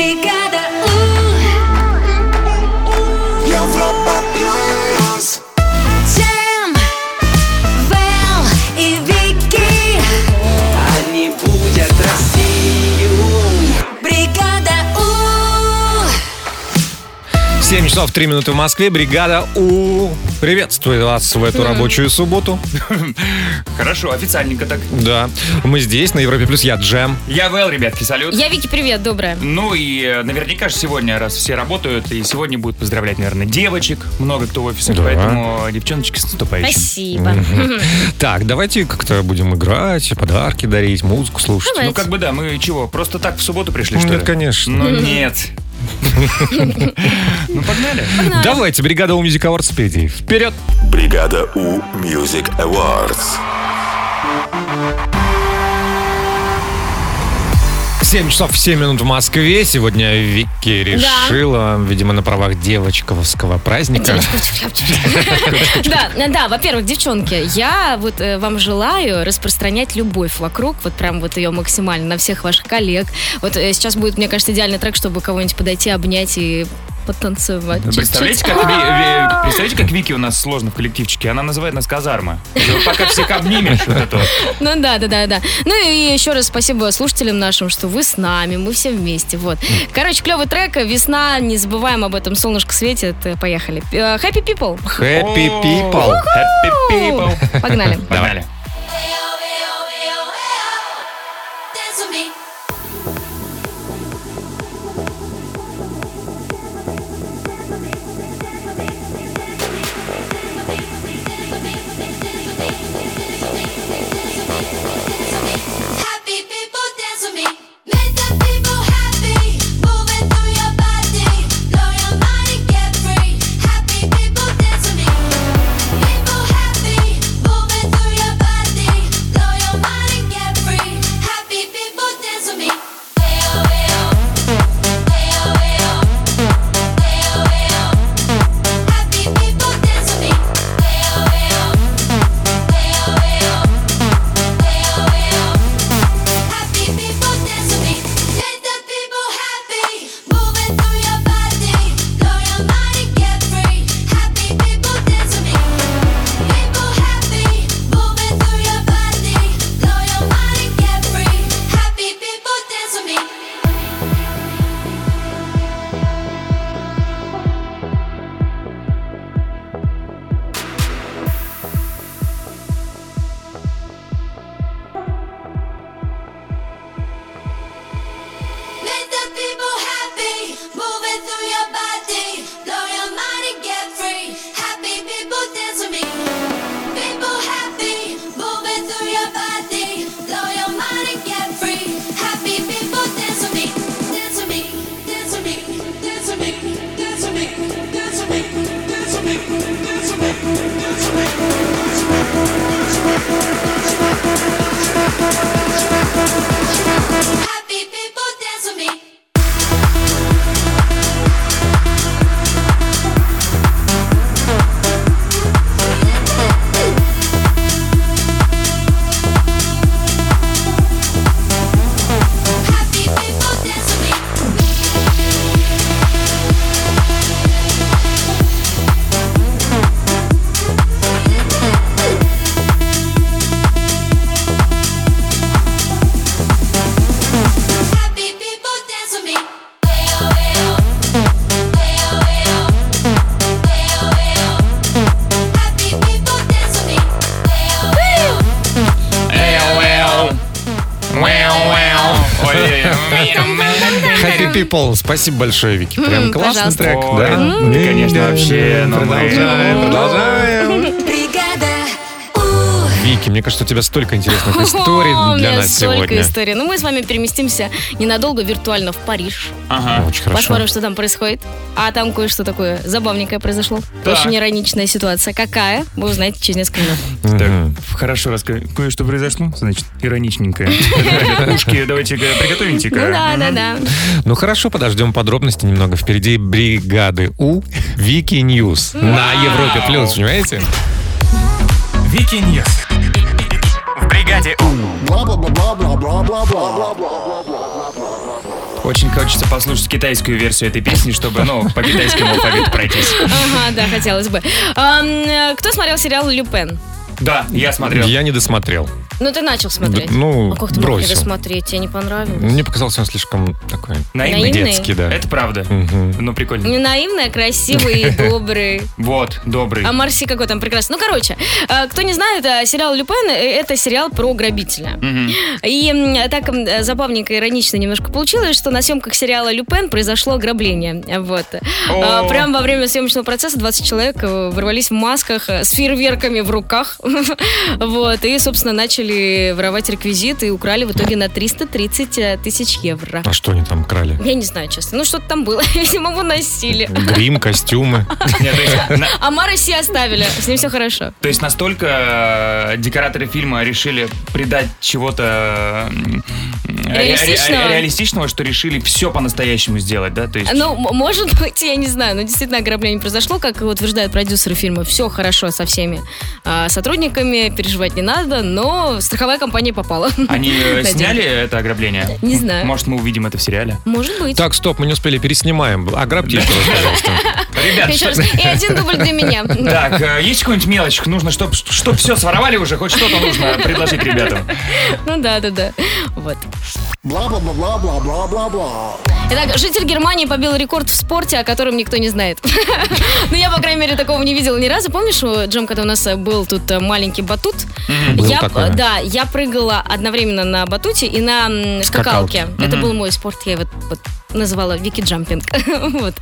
Бригада У. Европа плюс. Тем, Вэл и Вики. Они будят Россию. Бригада У. 7 часов 3 минуты в Москве. Бригада У. Приветствую вас в эту рабочую субботу. Хорошо, официальненько так. Да. Мы здесь, на Европе Плюс. Я Джем. Я Вэл, ребятки, салют. Я Вики, привет, доброе. Ну и э, наверняка же сегодня, раз все работают, и сегодня будут поздравлять, наверное, девочек. Много кто в офисе, Да. поэтому э, девчоночки с наступающим. Спасибо. Так, давайте как-то будем играть, подарки дарить, музыку слушать. Давай. Ну как бы да, мы чего, просто так в субботу пришли, Ну, что Нет, ли? конечно. Ну нет. Ну погнали. Давайте, бригада у Music Awards впереди. Вперед! Бригада У Music Awards. 7 часов 7 минут в Москве. Сегодня Вики решила, видимо, на правах девочковского праздника. Да, э, да, во-первых, девчонки, я вот э, вам желаю распространять любовь вокруг, вот прям вот ее максимально на всех ваших коллег. Вот э, сейчас будет, мне кажется, идеальный трек, чтобы кого-нибудь подойти, обнять и потанцевать. чуть-чуть. Ну, Представляете как, Ви- Ви- представляете, как Вики у нас сложно в коллективчике? Она называет нас казарма. И вот пока всех обнимешь, вот это вот. Ну да, да, да, да. Ну и еще раз спасибо слушателям нашим, что вы с нами, мы все вместе. Вот. Короче, клевый трек, весна, не забываем об этом, солнышко светит, э, поехали. Э, Happy people. Happy people. Happy people. Погнали. Погнали. Dance with me. Happy people dance with me. Make the people happy. Moving through your body. Blow your mind and get free. Happy people dance with me. People happy. Moving through your body. Blow your mind and get free. Happy people dance with me. Hey oh hey oh. Hey oh hey oh. Hey oh hey oh. Happy people dance with me. Hey oh hey oh. Hey oh hey oh. Hey oh hey oh. Happy people dance with me. Make the people happy. Moving through your body, blow your mind and get free. Happy people dance with me. People happy, moving through your body, blow your mind and get free. Happy people dance with me. Make the people happy, moving through your body, blow your mind and get free. Happy people dance with me. People happy, moving through your body, blow your mind and get free. Happy people dance with me, dance with me, dance with me, dance with me, dance with me, dance with me, dance with me, dance with me, dance with me. Happy people dance with me. Happy people dance with me. Happy people dance with me. Hey oh hey oh. Hey oh hey oh. Hey oh hey oh. Happy people dance with me. Hey oh hey oh. Happy people. Спасибо большое, Вики. Прям классный пожалуйста. трек, Ой, да? ну, ты, конечно, вообще, но мы- Продолжаем, продолжаем. Бригада У. Вики, мне кажется, у тебя столько интересных историй О, для у меня нас столько сегодня. историй. Ну, мы с вами переместимся ненадолго виртуально в Париж. Ага. Очень хорошо. Посмотрим, что там происходит. А там кое-что такое забавненькое произошло. Так. Очень ироничная ситуация. Какая? Вы узнаете через несколько минут. Так, хорошо, расскажи. Кое-что произошло, значит, ироничненькое. Ушки давайте-ка Ну приготовите-ка. да, да, да. Ну хорошо, подождем подробности немного. Впереди бригады У Вики Ньюс на Европе Плюс, понимаете? Вики Ньюс. В бригаде У. Очень хочется послушать китайскую версию этой песни, чтобы, ну, по китайскому алфавиту пройтись. Ага, да, хотелось бы. Ам, э, Кто смотрел сериал «Люпен»? Да, я смотрел. Я не досмотрел. Ну, ты начал смотреть. Да, ну, а как ты мог не бросил. досмотреть? Тебе не понравилось? Мне показался он слишком такой Наивный. Наивный. детский, да. Это правда. Мгм. Ну, прикольно. Не наивный, а красивый и добрый. Вот, добрый. А Марси какой там прекрасный. Ну, короче, э, кто не знает, э, сериал «Люпен» — это сериал про грабителя. Мгм. И м, так м, э, забавненько, иронично немножко получилось, что на съемках сериала «Люпен» произошло ограбление. Вот. О. А, Прям во время съемочного процесса 20 человек э, ворвались в масках э, с фейерверками в руках. Вот. И, собственно, начали воровать реквизит и украли в итоге на 330 э, тысяч евро. А что они там крали? Я не знаю, честно. Ну, что-то там было. Видимо, выносили. Грим, костюмы. Нет, то есть на- А Мараси оставили. С ним все хорошо. То есть настолько э, декораторы фильма решили придать чего-то м, ре- ре- Реалистичного. реалистичного, что решили все по-настоящему сделать, да? То есть Ну, м- может быть, я не знаю, но действительно ограбление произошло, как и утверждают продюсеры фильма. Все хорошо со всеми а, сотрудниками, переживать не надо, но страховая компания попала. они э, Надеюсь. сняли это ограбление? Не знаю. М- Может, мы увидим это в сериале? Может быть. Так, стоп, мы не успели, переснимаем. Ограбьте еще раз, пожалуйста. Ребят, Еще что- раз. И один дубль для меня. Ну так, э, есть какой-нибудь мелочь? Нужно, чтобы чтоб все своровали уже, хоть что-то нужно предложить ребятам. Ну да, да, да. Вот. Бла-бла-бла-бла-бла-бла-бла. Итак, житель Германии побил рекорд в спорте, о котором никто не знает. Ну, я, по крайней мере, такого не видела ни разу. Помнишь, э, Джем, когда у нас э, был тут э, маленький батут? Был Я, такой. э, Да, я прыгала одновременно на батуте и на м, скакалке. Скакалке. Это был мой спорт, я его вот называла Вики Джампинг. Вот.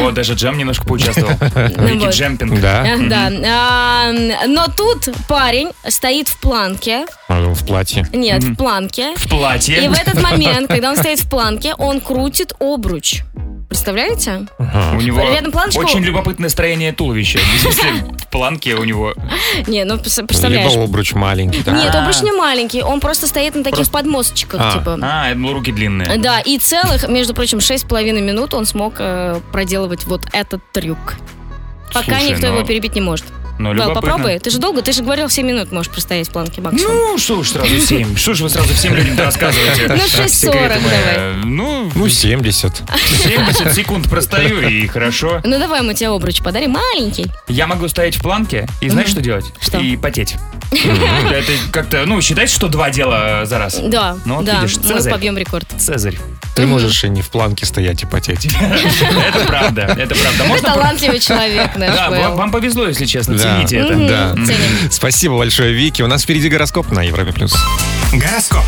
О, даже Джем немножко поучаствовал. Вики Ну вот. Джемпинг. Да, Э, Да. А, м, Но тут парень стоит в планке. он в платье. Нет, в планке. В платье. И в этот момент, когда он стоит в планке, он крутит обруч. Представляете? У него Рядом планочка. очень любопытное строение туловища. Если в планке у него... Не, ну пос- Либо представляешь. обруч маленький. да. Нет, А. обруч не маленький, он просто стоит на таких подмосточках, А. типа. А, это ну, руки длинные. Да, и целых, между прочим, шесть с половиной минут он смог э, проделывать вот этот трюк. Пока Слушай, никто ну, его перебить не может. Ну, Вэл, любопытно. попробуй. Ты же долго, ты же говорил, 7 минут можешь простоять в планке максимум. Ну, что уж сразу всем. Что ж вы сразу всем людям-то рассказываете? Ну, 6.40 Секреты мои. давай. Ну, Ну, 70. 70 секунд простою, и хорошо. Ну давай мы тебе обруч подарим, маленький. Я могу стоять в планке, и знаешь, что делать? Что? И потеть. Это как-то, ну, считайте, что два дела за раз. Да, Ну, вот да, видишь, мы Цезарь. побьем рекорд. Цезарь. Ты можешь и не в планке стоять и потеть. Это правда, это правда. Ты Можно про- талантливый человек наш, Да, Вэл. вам вам повезло, если честно, Да. цените это. Да. Ценим. Спасибо большое, Вики. У нас впереди гороскоп на Европе+. плюс. Гороскоп.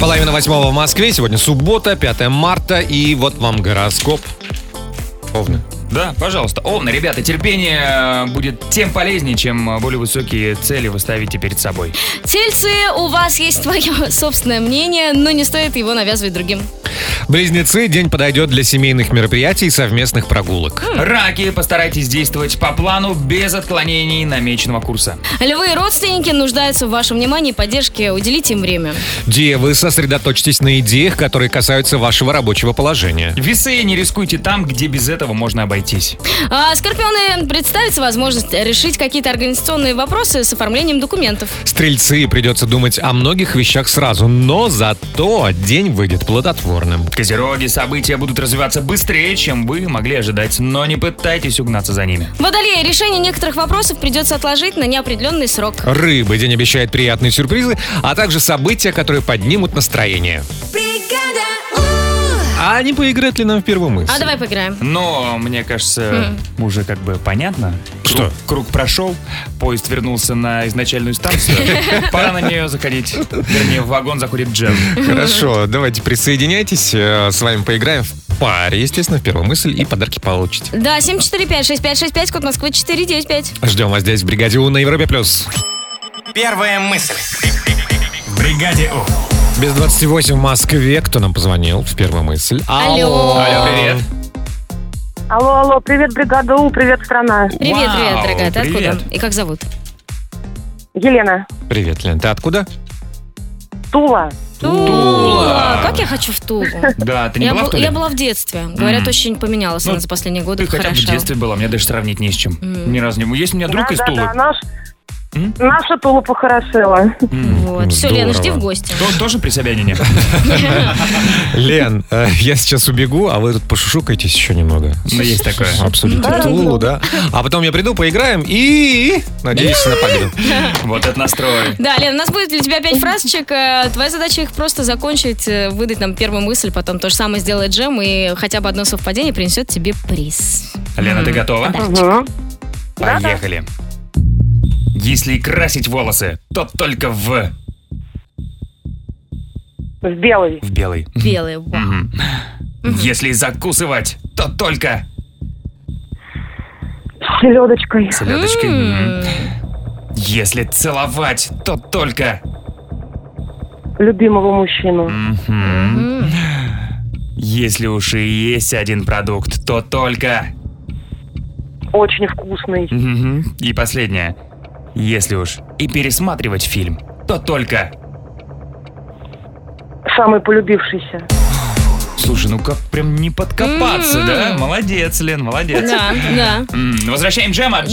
Половина восьмого в Москве. Сегодня суббота, 5 марта. И вот вам гороскоп. Овны. Да, пожалуйста. Овны, ребята, терпение э, будет тем полезнее, чем э, более высокие цели вы ставите перед собой. Тельцы, у вас есть твое собственное мнение, но не стоит его навязывать другим. Близнецы. День подойдет для семейных мероприятий и совместных прогулок. Раки, постарайтесь действовать по плану без отклонений намеченного курса. Львы и родственники нуждаются в вашем внимании и поддержке. Уделите им время. Девы. Сосредоточьтесь на идеях, которые касаются вашего рабочего положения. Весы не рискуйте там, где без этого можно обойтись. А, скорпионы представится возможность решить какие-то организационные вопросы с оформлением документов. Стрельцы. Придется думать о многих вещах сразу. Но зато день выйдет плодотворным. Козероги, события будут развиваться быстрее, чем вы могли ожидать, но не пытайтесь угнаться за ними. Водолеи, решение некоторых вопросов придется отложить на неопределенный срок. Рыбы. День обещает приятные сюрпризы, а также события, которые поднимут настроение. Бригада У. А не поиграет ли нам в первую мысль? А давай поиграем. Но, мне кажется, Хм. уже как бы понятно. Что? Круг, круг прошел, поезд вернулся на изначальную станцию. Пора на нее заходить. Вернее, в вагон заходит Джем. Хорошо, давайте присоединяйтесь. э, С вами поиграем в паре, естественно, в первую мысль и подарки получите. Да, 745-6565, код Москвы 495. Ждем вас здесь в бригаде У на Европе плюс. Первая мысль. В бригаде У. Без 28 в Москве. Кто нам позвонил в первую мысль? Алло. Алло, привет. Алло, алло, привет, бригада У, привет, страна. Привет, Вау, привет, дорогая. Ты привет. откуда? И как зовут? Елена, Привет, Лен. Ты откуда? Тула. Тула. А, Как я хочу в Тулу. Да, ты не Я, была был- в Туле? я была в детстве. Говорят, Мгм. очень поменялась Ну, она за последние годы. Ты хотя бы в Хорошо. детстве была, мне даже сравнить не с чем. М. Ни разу не было. Есть у меня друг из да, да, Тулы. да, наш, Наша тула похорошела. Вот. Все, Лена, Здорово. жди в гости. То- Тоже при Собянине? Лен, э, я сейчас убегу, а вы тут пошушукайтесь еще немного. Ну, есть такое. Обсудите Тулу, да? А потом я приду, поиграем и... Надеюсь, на победу. Вот это настрой. Да, Лен, у нас будет для тебя пять фразочек. Э, Твоя задача их просто закончить, э, выдать нам первую мысль, потом то же самое сделает Джем, и хотя бы одно совпадение принесет тебе приз. Лена, ты готова? Мгм. Поехали. Если и красить волосы, то только в... В белый. В белый. Белые. Вау. Если и закусывать, то только... С селедочкой. С лёдочкой. М. Если целовать, то только... Любимого мужчину. Если уж и есть один продукт, то только... Очень вкусный. Мгм. И последнее. Если уж и пересматривать фильм, то только... Самый полюбившийся. Слушай, ну как прям не подкопаться, да? Молодец, Лен, молодец. Да, да. М, Возвращаем Джема.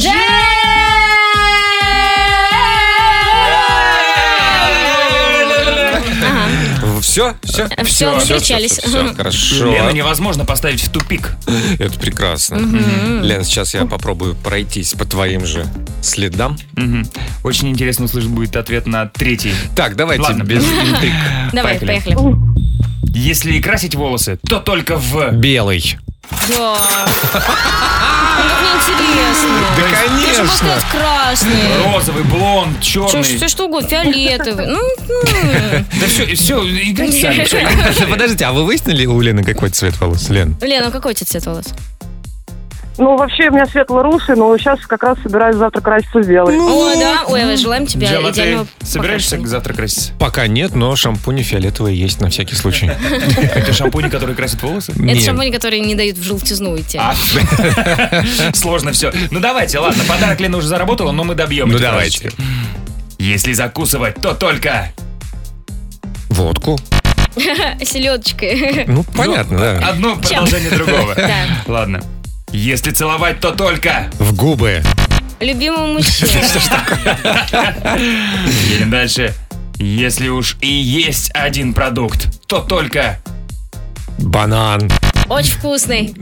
Все, все, Всё, отвечались. Все, хорошо. Лена невозможно поставить в тупик. Это прекрасно. Лен, сейчас я попробую пройтись по твоим же следам. Мгм. Очень интересно услышать будет ответ на третий. Так, давайте Ладно. без интриг. Давай, Поехали. поехали. Если и красить волосы, то только в... Белый. Да. Ну, как мне интересно. Да, Ты же мог сказать красный. Розовый, блонд, черный. Все, что, что угодно, фиолетовый. Ну, м. Да все, все, играйте сами. всё, Подождите, а вы выяснили у Лены какой цвет волос? Лен. Лена, какой у тебя цвет волос? Ну, вообще, у меня светло-русый, но сейчас как раз собираюсь завтра краситься в белый. Ну, О, да. Ой, а желаем тебе Джема, идеального а ты собираешься покрашивания. завтра краситься? Пока нет, но шампуни фиолетовые есть на всякий случай. Это шампунь, который красит волосы? Это Нет. шампунь, который не дают в желтизну идти. А, Сложно все. Ну давайте, ладно, подарок Лена уже заработала, но мы добьем. Ну эти давайте. фразочки. Если закусывать, то только... Водку. Селедочкой. Ну, понятно, да. Одно продолжение другого. Да. Ладно. Если целовать, то только... В губы. Любимому мужчине. Едем дальше. Если уж и есть один продукт, то только... Банан. Очень вкусный.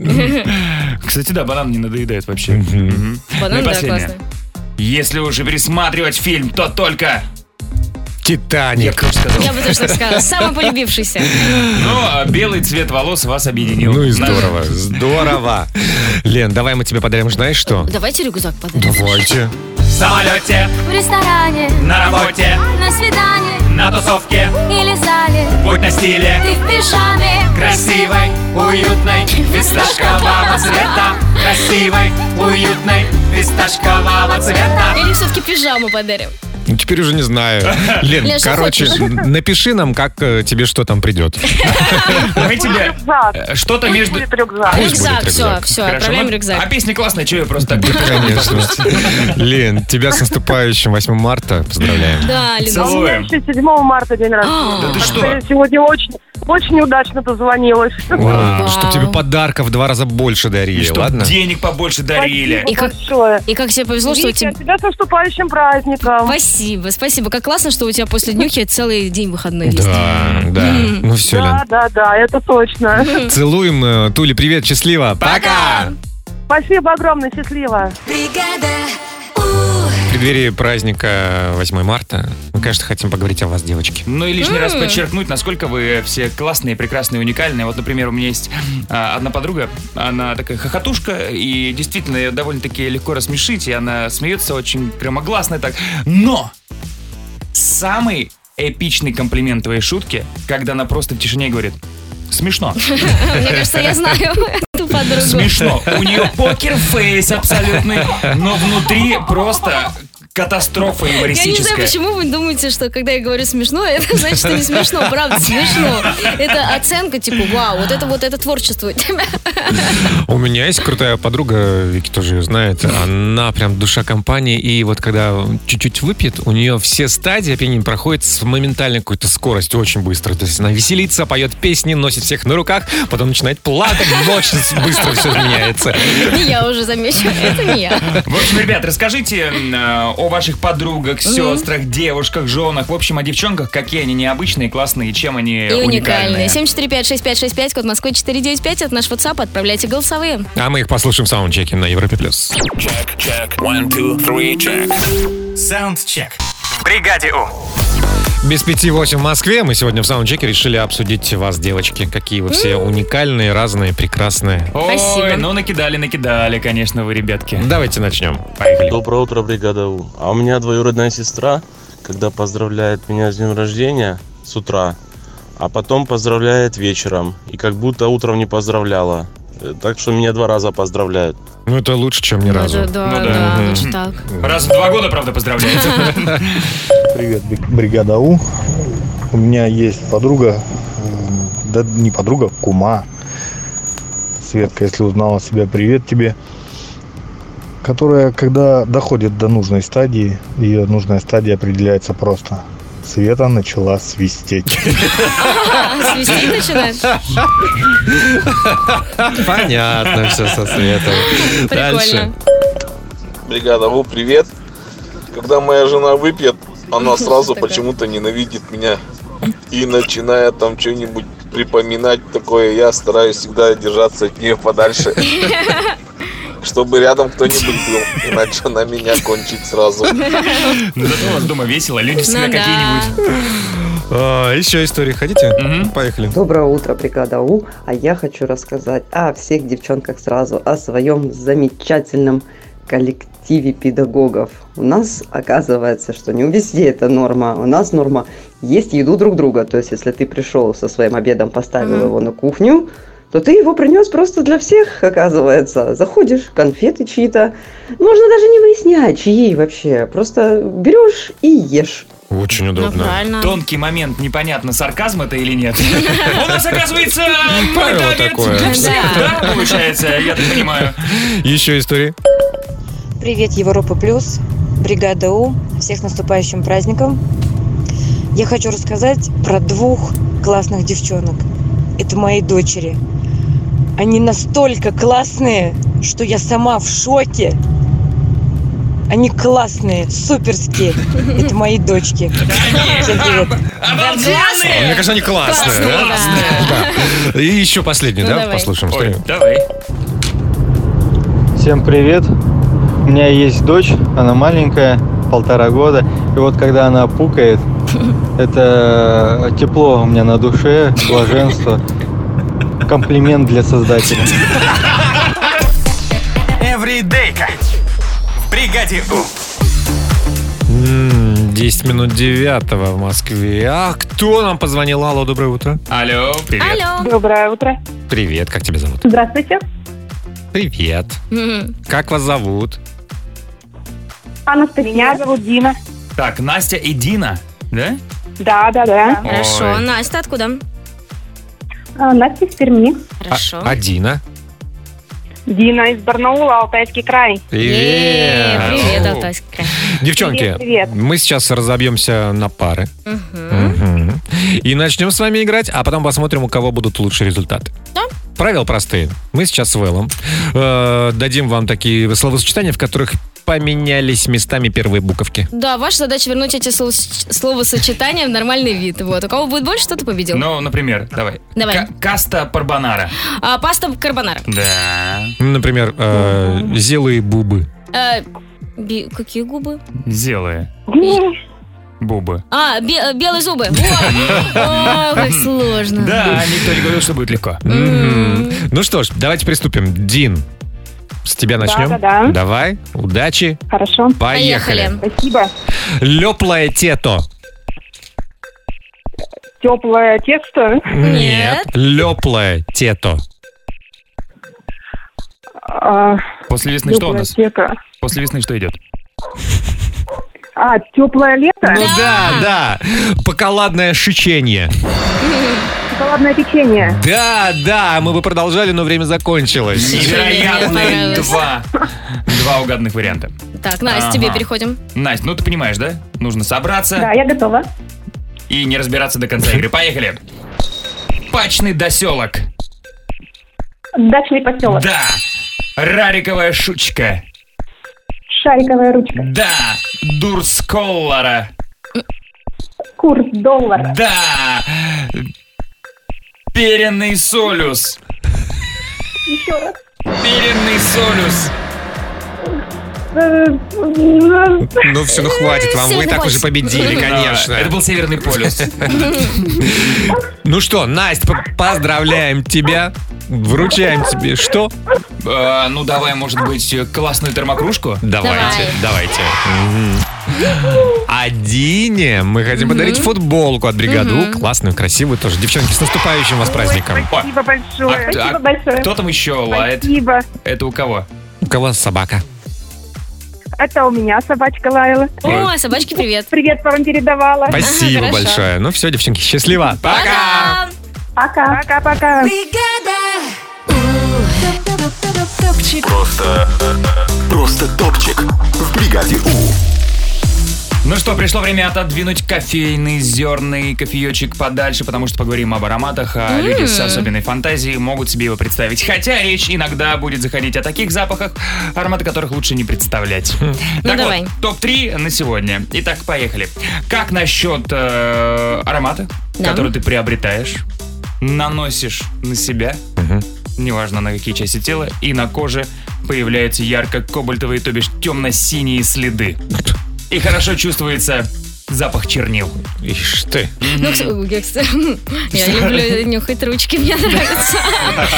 Кстати, да, банан не надоедает вообще. Ну Банан, и да, последнее. классный. Если уж и пересматривать фильм, то только... Я Титаник. тоже сказал. Я бы тоже так сказала. Самый полюбившийся. Но а, белый цвет волос вас объединил. Ну и Наш- здорово, здорово. Лен, давай мы тебе подарим, знаешь что? Давайте рюкзак подарим. Давайте. В самолете, В ресторане, на работе, на свидании на тусовке, или зале будь на стиле. Ты в пижаме Красивой, уютной, фисташкового цвета. Красивой, уютной, фисташкового цвета. Или все-таки пижаму подарим. Ну, Теперь уже не знаю. Лен, Лен, что короче, хочешь? напиши нам, как э, тебе что там придет. Мы тебе Рюкзак. э, что-то между... Будет рюкзак. Пусть Рюкзак, будет все, рюкзак. все, Хорошо, отправляем мы- А рюкзак. песня классная, что я просто так... Конечно. Лен, тебя с наступающим 8 марта поздравляем. Да, Лена. А у меня Целуем. еще 7 марта А. день рождения. Да ты Так что? я сегодня очень, очень удачно позвонилась. Вау. Чтоб тебе подарков в два раза больше дарили, Чтоб ладно? денег побольше дарили. И Спасибо как- большое. И как тебе повезло, что у Витя, тебя... тебя с наступающим праздником. Спасибо, спасибо. Как классно, что у тебя после днюхи целый день выходной есть. Да, да. Ну все, Да, Лен. да, да, это точно. Целуем. э, Тули, привет, счастливо. Пока! Спасибо огромное, счастливо. Бригада У. В преддверии праздника 8 марта мы, конечно, хотим поговорить о вас, девочки. Ну и лишний раз подчеркнуть, насколько вы все классные, прекрасные, уникальные. Вот, например, у меня есть а, одна подруга, она такая хохотушка, и действительно ее довольно-таки легко рассмешить, и она смеется очень громогласно и так. Но самый эпичный комплимент твоей шутки, когда она просто в тишине говорит «Смешно, Мне кажется, я знаю эту подругу. смешно». У нее покер-фейс абсолютный, но внутри просто катастрофа Я не знаю, юмористическая. почему вы думаете, что когда я говорю смешно, это значит, что не смешно. Правда, смешно. Это оценка, типа, вау, вот это вот это творчество. У меня есть крутая подруга, Вики тоже ее знает. Она прям душа компании. И вот когда чуть-чуть выпьет, у нее все стадии опьянения проходят с моментальной какой-то скоростью, очень быстро. То есть она веселится, поет песни, носит всех на руках, потом начинает плакать, очень быстро все меняется. Не я уже замечу, это не я. В общем, ребят, расскажите м, э, о ваших подругах, сестрах, девушках, женах. В общем, о девчонках, какие они необычные, классные, чем они И уникальные. уникальные. 745-6565, код Москвы 495, это наш WhatsApp, отправляйте голосовые. А мы их послушаем в саундчеке на Европе+. плюс. Саундчек. В бригаде У. Без пяти восемь в Москве. Мы сегодня в саундчеке решили обсудить вас, девочки. Какие вы все уникальные, разные, прекрасные. Ой, Спасибо. ну накидали, накидали, конечно, вы, ребятки. Давайте начнем. Доброе утро, бригада У. А у меня двоюродная сестра, когда поздравляет меня с днем рождения с утра, а потом поздравляет вечером. И как будто утром не поздравляла. Э, Так что меня два раза поздравляют. Ну, это лучше, чем ни разу. Да, да, Ну да. да, Мгм. лучше так. Раз в два года, правда, поздравляется. Привет, бри- бригада У. У меня есть подруга, м, да не подруга, кума. Светка, если узнала себя, привет тебе. Которая, когда доходит до нужной стадии, ее нужная стадия определяется просто. Света начала свистеть. А, свистеть начинаешь? Понятно все со светом. Дальше. Прикольно. Бригада У, привет. Когда моя жена выпьет, она сразу Такая. почему-то ненавидит меня и начинает там что-нибудь припоминать такое. Я стараюсь всегда держаться от нее подальше, чтобы рядом кто-нибудь был, иначе она меня кончит сразу. Ну, Зато у вас дома весело, люди всегда Ну да. какие-нибудь. А, Еще истории. Хотите? Мгм. Поехали. Доброе утро, бригада У. А я хочу рассказать о всех девчонках сразу, о своем замечательном коллективе педагогов. У нас оказывается, что не везде это норма. У нас норма есть еду друг друга. То есть, если ты пришел со своим обедом, поставил Мгм. его на кухню, Ну, то ты его принес просто для всех, оказывается. Заходишь, конфеты чьи-то. Можно даже не выяснять, чьи вообще. Просто берешь и ешь. Очень Ну, удобно. правильно. Тонкий момент, непонятно, сарказм это или нет. У нас, оказывается, Правило бытовец такое. для всех, Да. да, получается, я так понимаю. Еще истории. Привет, Европа Плюс, Бригада У, всех с наступающим праздником. Я хочу рассказать про двух классных девчонок. Это мои дочери. Они настолько классные, что я сама в шоке. Они классные, суперские. Это мои дочки. Всем привет. Мне Обалденные! кажется, они классные. Э, Классные, да? Да. И еще последнюю, Ну, да, давай. послушаем. Ой, историю. давай. Всем привет! У меня есть дочь, она маленькая, полтора года. И вот когда она пукает, это тепло у меня на душе, блаженство. Комплимент для создателя. Эвридейка. В бригаде У. М, 10 минут девятого в Москве. А кто нам позвонил? Алло, доброе утро. Алло, привет. Алло. Доброе утро. Привет, как тебя зовут? Здравствуйте. Привет. Мгм. Как вас зовут? Анастасия. Меня зовут Дина. Так, Настя и Дина, да? Да, да, да. А, Хорошо. ну. Ой. Настя, откуда? Настя из Перми. Хорошо. А- Адина. Дина из Барнаула, Алтайский край. Е, Привет, О. Алтайский край. Девчонки, Привет, привет. мы сейчас разобьемся на пары. Мгм. Мгм. И начнем с вами играть, а потом посмотрим, у кого будут лучшие результаты. Да. Правила простые. Мы сейчас с Вэллом э, дадим вам такие словосочетания, в которых поменялись местами первые буковки. Да, ваша задача вернуть эти словос- словосочетания в нормальный вид. Вот. У кого будет больше, тот и победил. Ну, например, давай. Давай. Ка- Каста Парбонара. А, паста карбонара. Да. Например, э, зелые бубы. Э, би- какие губы? Зелые. Бубы. А, бе- э, белые зубы. О, О, как сложно. Да, никто не говорил, что будет легко. Мгм. Ну что ж, давайте приступим. Дин, с тебя начнем. да, да. Давай, удачи, Хорошо. поехали. Спасибо. Леплое тето. Теплое тесто. Нет. Леплое тето. А, После весны Ну что у теплое нас? тесто. После весны что идет? А, теплое лето. Ну да, да. Поколадное шичение. Шоколадное печенье. Да, да, мы бы продолжали, но время закончилось. Невероятные понравилось. два. Два угаданных варианта. Так, Настя, тебе Ага. переходим. Настя, ну ты понимаешь, да? Нужно собраться Да, я готова. и не разбираться до конца игры. Поехали. Пачный доселок. Дачный поселок. Да. Рариковая шучка. Шариковая ручка. Да. Дурс коллара. Курс доллара. Да! Перенный солюс. Еще раз. Перенный солюс. Ну все, ну хватит вам, вы и так уже победили, конечно. Да, Ну, Это был Северный полюс. Ну что, Настя, п- поздравляем тебя, вручаем тебе что? Э, Ну, давай, может быть, классную термокружку? Давайте, давайте. Мгм. А Дине мы хотим Мгм. подарить футболку от бригаду. Мгм. Классную, красивую тоже. Девчонки, с наступающим вас праздником. Спасибо большое. А- Спасибо а большое. Кто там еще лает? Спасибо. Это у кого? У кого собака? Это у меня собачка лаяла. О, собачки, привет. Привет вам передавала. Спасибо большое. Ну все, девчонки, счастливо. Пока. Пока. Пока-пока. Просто... Просто топчик в бригаде У. Ну что, пришло время отодвинуть кофейный зерный кофеечек подальше, потому что поговорим об ароматах, а М. люди с особенной фантазией могут себе его представить. Хотя речь иногда будет заходить о таких запахах, ароматы которых лучше не представлять. Ну, так давай. вот, топ-3 на сегодня. Итак, поехали. Как насчет э, аромата, Да. который ты приобретаешь, наносишь на себя, неважно на какие части тела, и на коже появляются ярко-кобальтовые, то бишь темно-синие следы. И хорошо чувствуется запах чернил. Ишь ты. Ну, кс- я, кс- я люблю нюхать ручки, мне нравится.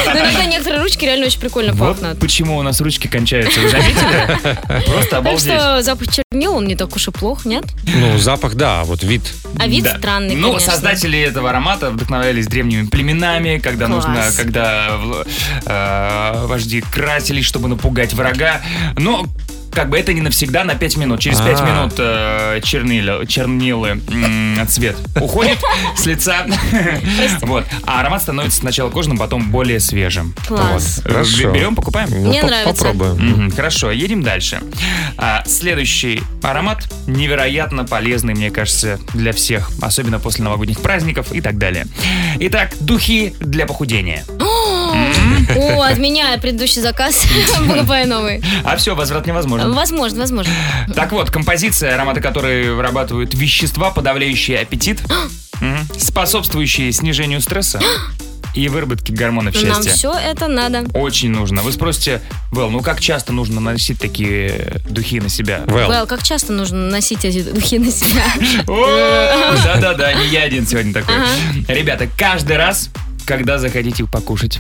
Но иногда некоторые ручки реально очень прикольно Вот пахнут. почему у нас ручки кончаются, вы заметили? Просто Так обалдеть. что запах чернил, он не так уж и плох, нет? Ну, запах, да, вот вид. А вид Да. странный, Ну, конечно. создатели этого аромата вдохновлялись древними племенами, когда Класс. нужно, когда в- э, вожди красились, чтобы напугать врага. Но как бы это не навсегда, на 5 минут. Через 5 А. минут э, чернила- чернилы, м, цвет уходит с лица. Вот. А аромат становится сначала кожным, потом более свежим. Класс. Вот. Хорошо. Берем, покупаем? Ну, Мне по- нравится. попробуем. Мгм, Хорошо, едем дальше. А, следующий аромат невероятно полезный, мне кажется, для всех, особенно после новогодних праздников и так далее. Итак, духи для похудения. О, отменяю предыдущий заказ, покупаю новый. А все, возврат невозможен. Возможно, возможно. Так вот, композиция, ароматы которые вырабатывают вещества, подавляющие аппетит, мгм, способствующие снижению стресса и выработке гормонов Но Нам счастья. все это надо. Очень нужно. Вы спросите, Вэл, ну как часто нужно наносить такие духи на себя? Вэл, как часто нужно носить эти духи на себя? Да-да-да, не я один сегодня такой. Ага. Ребята, каждый раз, когда захотите покушать.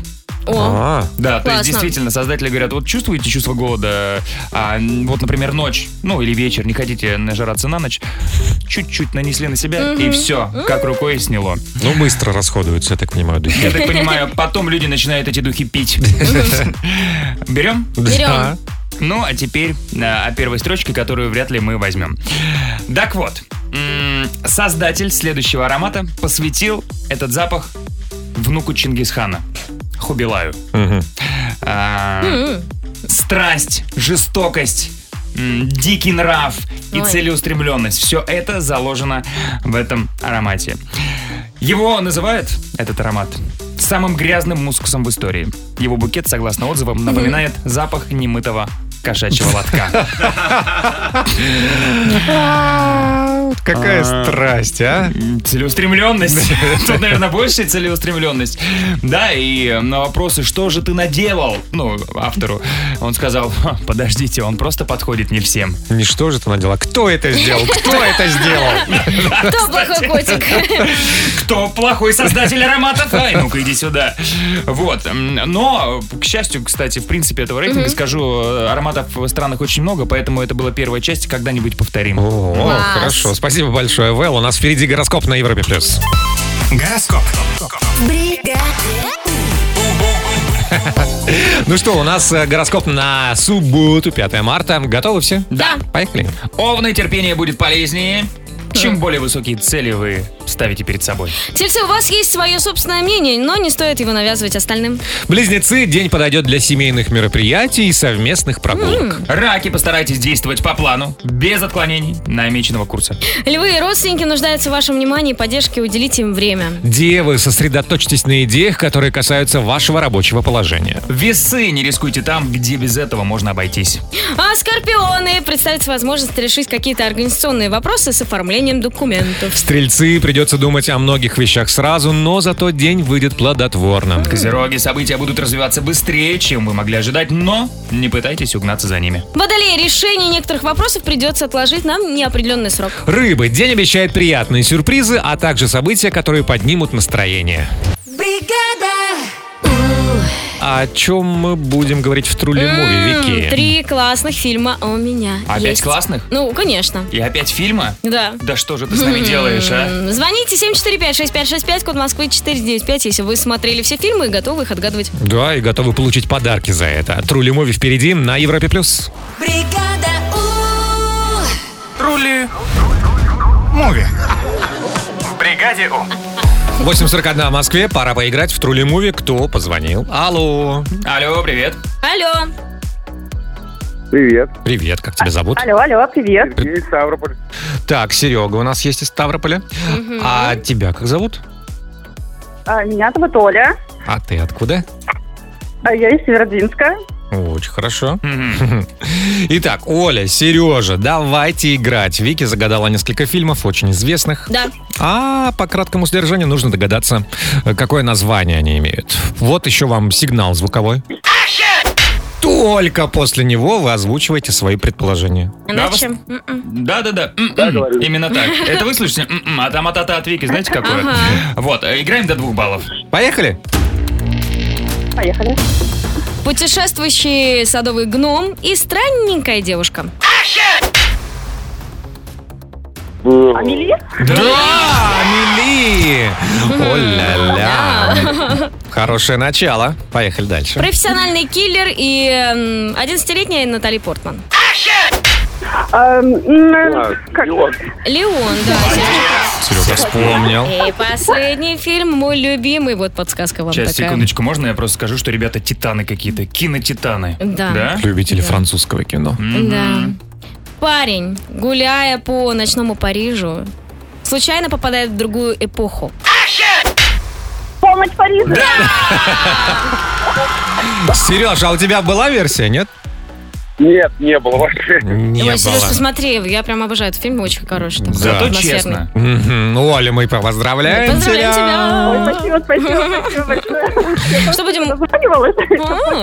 А. О, Да, то классно. есть действительно создатели говорят, вот чувствуете чувство голода, а, м, вот, например, ночь, ну или вечер, не хотите нажираться на ночь, чуть-чуть нанесли на себя и Мгм. все, как рукой сняло. Ну, быстро расходуются, я так понимаю, духи. Я так понимаю, потом люди начинают эти духи пить. Берем? Берем. Ну, а теперь э, о первой строчке, которую вряд ли мы возьмем. Так вот, м, создатель следующего аромата посвятил этот запах внуку Чингисхана, Хубилаю. Мгм. А, М-м. страсть, жестокость, м, дикий нрав и Ой. целеустремленность. Все это заложено в этом аромате. Его называют, этот аромат, самым грязным мускусом в истории. Его букет, согласно отзывам, напоминает запах немытого кошачьего лотка. Какая страсть, а? Целеустремленность. Тут, наверное, больше целеустремленность. Да, и на вопросы, что же ты наделал, ну, автору, он сказал, «Ха, подождите, он просто подходит не всем. Не что же ты надела? Кто это сделал? Кто это сделал? Кто плохой котик? Кто плохой создатель ароматов? Ай, ну-ка иди сюда. Вот. М, Но, к счастью, кстати, в принципе, этого рейтинга, Мгм. скажу, э, ароматов в странах очень много, поэтому это была первая часть, когда-нибудь повторим. О, хорошо. Спасибо большое, Вэл. У нас впереди гороскоп на Европе+. плюс. Гороскоп. Ну что, у нас э, гороскоп на субботу, 5 марта. Готовы все? Да. Поехали. Овны терпение будет полезнее. Чем более высокие цели вы ставите перед собой? Тельцы, у вас есть свое собственное мнение, но не стоит его навязывать остальным. Близнецы, день подойдет для семейных мероприятий и совместных прогулок. Раки, постарайтесь действовать по плану, без отклонений намеченного курса. Львы и родственники нуждаются в вашем внимании и поддержке, уделите им время. Девы, сосредоточьтесь на идеях, которые касаются вашего рабочего положения. Весы, не рискуйте там, где без этого можно обойтись. А скорпионы, представится возможность решить какие-то организационные вопросы с оформлением документов. Стрельцы, придется думать о многих вещах сразу, но зато день выйдет плодотворно. Козероги, события будут развиваться быстрее, чем вы могли ожидать, но не пытайтесь угнаться за ними. Водолей, решение некоторых вопросов придется отложить на неопределенный срок. Рыбы, день обещает приятные сюрпризы, а также события, которые поднимут настроение. О чем мы будем говорить в Труле М, Муви, Вики? Три классных фильма у меня Опять есть. классных? Ну, конечно. И опять фильма? Да. Да что же ты с нами делаешь, а? М, Звоните 745-6565, код Москвы 495, если вы смотрели все фильмы и готовы их отгадывать. Да, и готовы получить подарки за это. Трули Муви впереди на Европе+. плюс. Бригада У. Трули. Муви. В бригаде У. 8.41 в Москве, пора поиграть в Трули Муви. Кто позвонил? Алло. Алло, привет. Алло. Привет. Привет, как тебя зовут? Алло, алло, привет. Сергей Ставрополь. Так, Серега у нас есть из Ставрополя. Мгм. А тебя как зовут? А, Меня зовут Оля. А ты откуда? А я из Северодвинска. Очень хорошо. Итак, Оля, Сережа, давайте играть. Вики загадала несколько фильмов, очень известных. Да. А по краткому содержанию нужно догадаться, э, какое название они имеют. Вот еще вам сигнал звуковой. Только после него вы озвучиваете свои предположения. Иначе. вас- м-м. Да-да-да. М-м. Именно так. Это вы слышите? М-м. А там ата-та от Вики, знаете, какое? Ага. Вот, э, играем до двух баллов. Поехали. Поехали. Путешествующий садовый гном и странненькая девушка. Амели? Да, Амели! Оля-ля. Хорошее начало. Поехали дальше. Профессиональный киллер и эм, 11-летняя Натали Портман. Леон, да. Серега вспомнил. И последний фильм, мой любимый, вот подсказка вам Сейчас, такая. секундочку, можно я просто скажу, что ребята титаны какие-то, кинотитаны? Да. Любители французского кино. Да. Парень, гуляя по ночному Парижу, случайно попадает в другую эпоху. Помощь Парижа. Сереж, а у тебя была версия, нет? Нет, не было вообще. Не Ой, Сереж, было. посмотри, я прям обожаю этот фильм, очень хороший. такой Да. атмосферный. Мгм. Ну, Оля, мы поздравляем, Поздравляем Ой, тебя! спасибо, спасибо, спасибо большое. Что будем- Дозванивалась.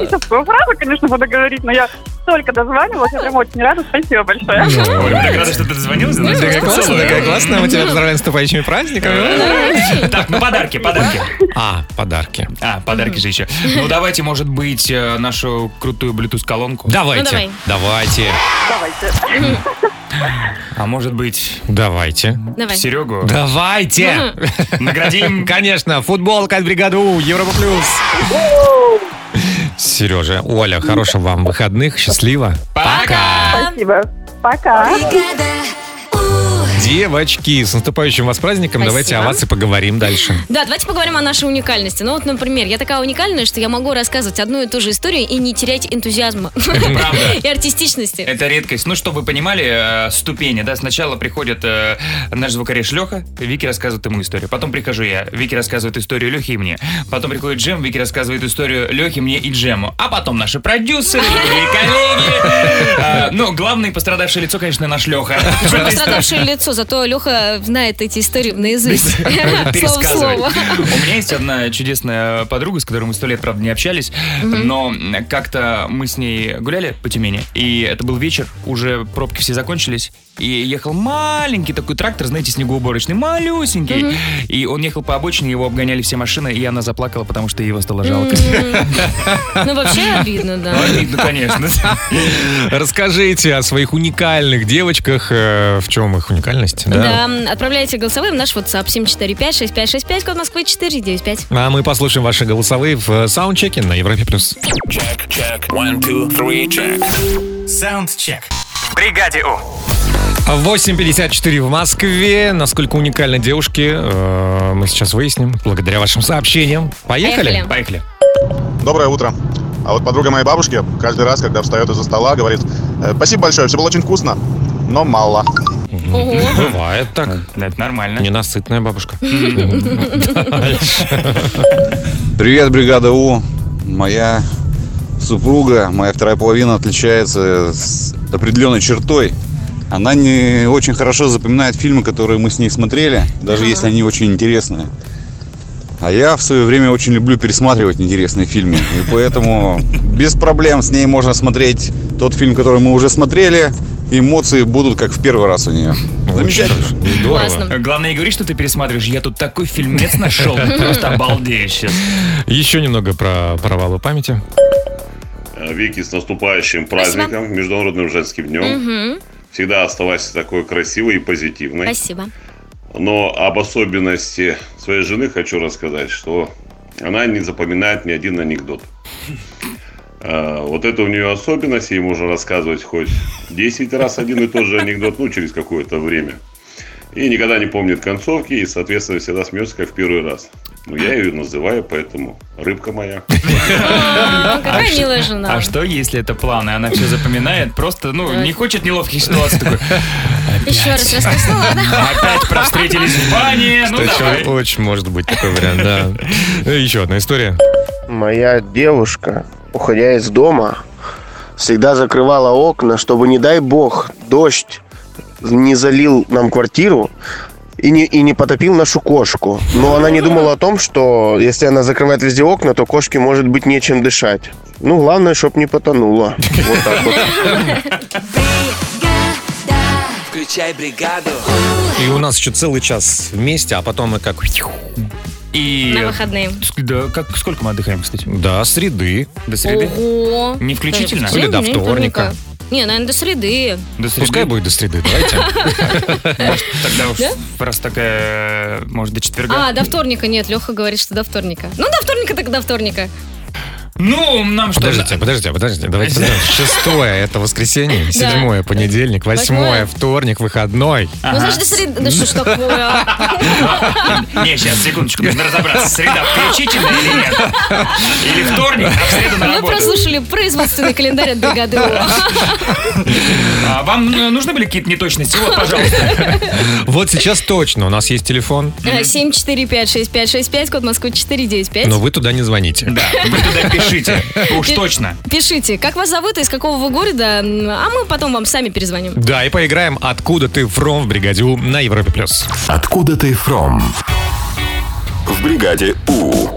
Спасибо. Правда, конечно, буду говорить, но я только дозванивалась, я прям очень рада. Спасибо большое. Оля, так рада, что ты дозвонилась. Ну, Она тебя какая как классная, целует. какая классная. Мы тебя поздравляем с наступающими праздниками. Так, ну подарки, подарки. А, подарки. А, подарки же еще. Ну давайте, может быть, э, нашу крутую Bluetooth колонку. Ну, давай. Давайте. Давайте. Давайте. А может быть, Давайте. Давай. Серегу? Давайте. Наградим. Конечно, футболка от бригаду Европа плюс. Сережа, Оля, хороших вам выходных, счастливо. Спасибо. Пока. Девочки, с наступающим вас праздником. Давайте о Спасибо. вас и поговорим дальше. Да, давайте поговорим о нашей уникальности. Ну вот, например, я такая уникальная, что я могу рассказывать одну и ту же историю и не терять энтузиазма Правда. и артистичности. Это редкость. Ну, чтобы вы понимали, э, ступени, да, сначала приходит э, наш звукореж Леха, Вики рассказывает ему историю. Потом прихожу я, Вики рассказывает историю Лехи и мне. Потом приходит Джем, Вики рассказывает историю Лехи, мне и Джему. А потом наши продюсеры, другие коллеги. Э, Ну, главное пострадавшее лицо, конечно, наш Леха. Причем пострадавшее лицо, зато Леха знает эти истории наизусть. Слово в слово. пересказывать. У меня есть одна чудесная подруга, с которой мы сто лет, правда, не общались, Мгм. но как-то мы с ней гуляли по Тюмени, и это был вечер, уже пробки все закончились, и ехал маленький такой трактор, знаете, снегоуборочный, малюсенький, Мгм. и он ехал по обочине, его обгоняли все машины, и она заплакала, потому что его стало жалко. Ну, вообще обидно, да. Ну, обидно, конечно. Расскажите о своих уникальных девочках. э, В чем их уникальность? Да, отправляйте голосовые в наш WhatsApp 745-6565, код Москвы 495. А мы послушаем ваши голосовые в э, саундчеке на Европе+. плюс. Чек, чек. One, two, three, чек. Саундчек. В бригаде У. 8.54 в Москве. Насколько уникальны девушки, э, мы сейчас выясним благодаря вашим сообщениям. Поехали? Поехали. Доброе утро. А вот подруга моей бабушки каждый раз, когда встает из-за стола, говорит, «Э, спасибо большое, все было очень вкусно, но мало. Ого. Бывает так. Это нормально. Ненасытная бабушка. Привет, бригада У. Моя супруга, моя вторая половина отличается с определенной чертой. Она не очень хорошо запоминает фильмы, которые мы с ней смотрели, даже если они очень интересные. А я в свое время очень люблю пересматривать интересные фильмы. И поэтому без проблем с ней можно смотреть тот фильм, который мы уже смотрели. и Эмоции будут как в первый раз у нее. Замечательно. Классно. Главное, не говори, что ты пересматриваешь. Я тут такой фильмец нашел. Просто обалдеешь сейчас. Еще немного про провалы памяти. Вики, с наступающим праздником, Международным женским днем. Мгм. Всегда оставайся такой красивой и позитивной. Спасибо. Но об особенности своей жены хочу рассказать, что она не запоминает ни один анекдот. Э, Вот это у нее особенность, ей можно рассказывать хоть 10 раз один и тот же анекдот, ну, через какое-то время. И никогда не помнит концовки, и, соответственно, всегда смеется, как в первый раз. Ну, я ее называю, поэтому рыбка моя. Какая ш- милая жена. А что, если это планы? Она все запоминает, просто, ну, не хочет неловких ситуаций. Такой, Еще раз расскажи. Ну ладно. опять про встретились в бане, ну Кстати, а давай. Очень может быть такой вариант, да. Еще одна история. Моя девушка, уходя из дома, всегда закрывала окна, чтобы, не дай бог, дождь не залил нам квартиру и не, и не потопил нашу кошку. Но она не думала о том, что если она закрывает везде окна, то кошке может быть нечем дышать. Ну, главное, чтоб не потонула. Вот так вот. Включай бригаду. И у нас еще целый час вместе, а потом мы как... И... На выходные. Да, как, сколько мы отдыхаем, кстати? До среды. До среды? Ого. Не включительно? Даже в Или до среду, не вторника. вторника. Не, наверное, до среды. Пускай будет до среды, давайте. Тогда уж Да? раз такая, может, до четверга. А, до вторника нет, Леха говорит, что до вторника. Ну, до вторника так до вторника. Ну, нам что Подождите, подождите, подождите. Давайте подождем. Шестое – это воскресенье, седьмое – понедельник, восьмое – Восьмое. вторник, выходной. Ну, значит, до среды. Да что ж такое? а? Не, сейчас, секундочку, нужно разобраться. Среда включительно или нет? Или вторник, а в среду на Вы работу. прослушали производственный календарь от ДГДУ. А вам э, нужны были какие-то неточности? Вот, пожалуйста. Вот сейчас точно у нас есть телефон, 7456565, код Москвы 495. но вы туда не звоните. Да, вы туда пишите. Уж Пи- точно. Пишите, как вас зовут, из какого вы города, м, а мы потом вам сами перезвоним. Да, и поиграем «Откуда ты фром» в бригаде У» на Европе+. плюс. Откуда ты фром? В бригаде У.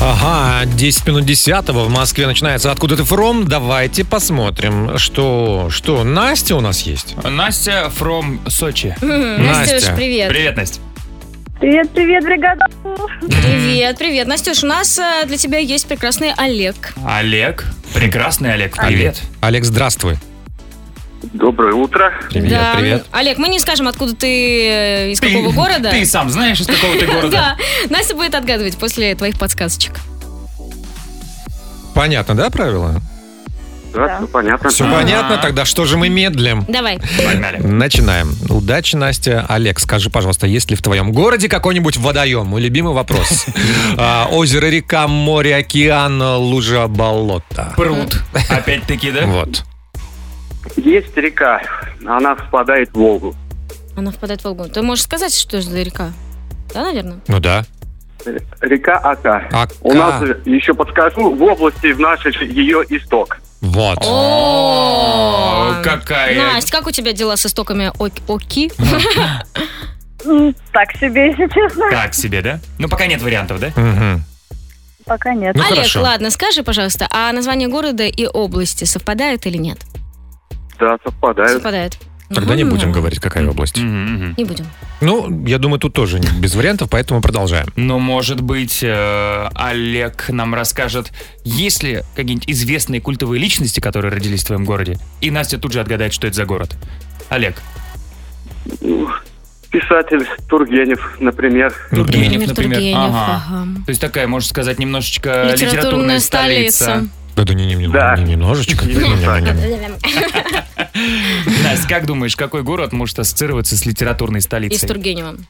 Ага, 10 минут 10 в Москве начинается «Откуда ты фром?». Давайте посмотрим, что... Что, Настя у нас есть? Настя from Сочи. М, Настя. Настюш, привет. Привет, Настя. Привет, привет, бригада. Привет, привет. Настюш, у нас э, для тебя есть прекрасный Олег. Олег. Прекрасный Олег, привет. Олег, здравствуй. Доброе утро. Да. Олег, мы не скажем, откуда ты, э, из какого города. Ты сам знаешь, из какого ты города? Да. Настя будет отгадывать после твоих подсказочек. Понятно, да, правило? Да, все понятно. Все понятно, тогда что же мы медлим? Давай. Погнали. Начинаем. Удачи, Настя. Олег, скажи, пожалуйста, есть ли в твоем городе какой-нибудь водоем? Мой любимый вопрос. А, Озеро, река, море, океан, лужа, болото. Пруд. Опять-таки, да? Вот. Есть река, она впадает в Волгу. Она впадает в Волгу. Ты можешь сказать, что это за река? Да, наверное? Ну да. Река Ака. Ака. У нас же, еще подскажу, в области в нашей же ее исток. Вот. О, какая. Настя, как у тебя дела с истоками ок- Оки? Ну, Так себе, если честно. Так себе, да? Ну, пока нет вариантов, да? Пока нет. Ну Олег, ладно, скажи, пожалуйста, а название города и области совпадает или нет? Да, совпадают. Совпадает. Тогда не будем говорить, какая область. Не будем. Ну, я думаю, тут тоже не- без вариантов, поэтому продолжаем. Но, может быть, э, Олег нам расскажет, есть ли какие-нибудь известные культовые личности, которые родились в твоем городе? И Настя тут же отгадает, что это за город. Олег. Писатель Тургенев, например. Тургенев, например. Тургенев, Ага. ага. То есть такая, можно сказать, немножечко литературная, Литературная столица. столица. Да, да не, не- не- не- немножечко. Не- не- не- не. Настя, как думаешь, какой город может ассоциироваться с литературной И с столицей? Тургеневым.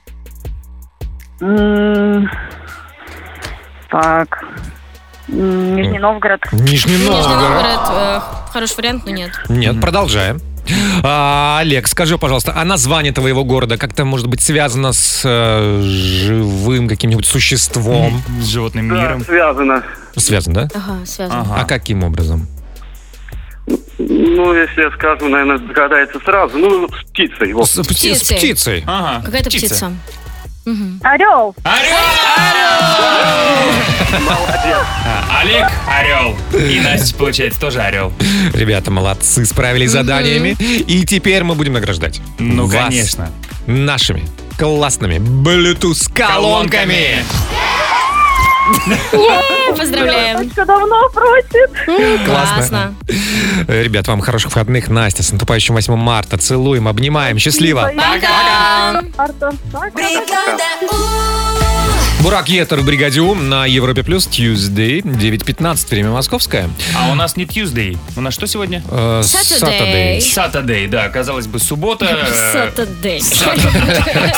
М, Так. М, Нижний Новгород. Нижний Нижний Новгород. Новгород, Ну, э, хороший вариант, но нет. Нет, продолжаем. А, Олег, скажи, пожалуйста, а название твоего города как-то, может быть, связано с э, живым каким-нибудь существом? С животным Да, связано. Связано, да? Ага, связано. А каким образом? Ну, если я скажу, наверное, догадается сразу. Ну, с птицей. Вот. С, пти- с птицей. Ага. Какая-то Птица. птица. Мгм. Орел. А, Олег Орел. И Настя, получается, тоже Орел. Ребята, молодцы, справились с заданиями. И теперь мы будем награждать. Ну, вас конечно. Нашими классными Bluetooth-колонками. Е, Поздравляем. Девочка давно просит. Классно. Э, Ребят, вам хороших выходных. Настя, с наступающим 8 марта. Целуем, обнимаем. Счастливо. Пока. Бригада Бурак Етер в «Бригаде У» на Европе Плюс. Tuesday, 9.15, время московское. А у нас не Tuesday. У нас что сегодня? Э, Saturday. Saturday. Saturday, да. Казалось бы, суббота. э, Saturday.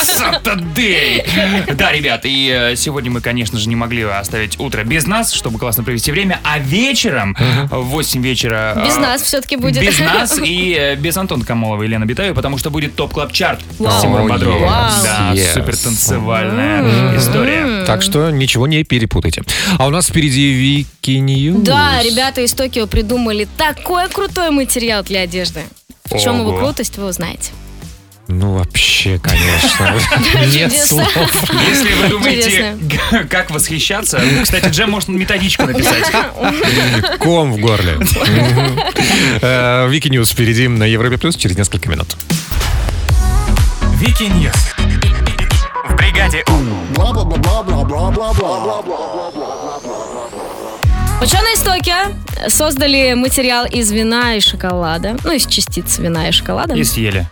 Saturday. Да, ребят, и э, сегодня мы, конечно же, не могли оставить утро без нас, чтобы классно провести время, а вечером э, в 8 вечера... э, Без нас все-таки будет. Без нас и э, без Антона Камолова и Лены Битаевой, потому что будет топ клаб чарт Вау. с Тимуром Oh, Бодровым. yes. Да, Yes. супер танцевальная Мгм. история. Так что ничего не перепутайте. А у нас впереди Вики Ньюс. Да, ребята из Токио придумали такой крутой материал для одежды. В чем его Ого. крутость, вы узнаете. Ну, вообще, конечно. Нет Чудеса. слов. Если вы думаете, Чудесно. г- как восхищаться, ну, кстати, Джем может методичку написать. Ком в горле. Мгм. Э, Вики Ньюс впереди на Европе Плюс через несколько минут. Вики Ньюс. В бригаде У. Ученые из Токио создали материал из вина и шоколада. Ну, из частиц вина и шоколада. И съели.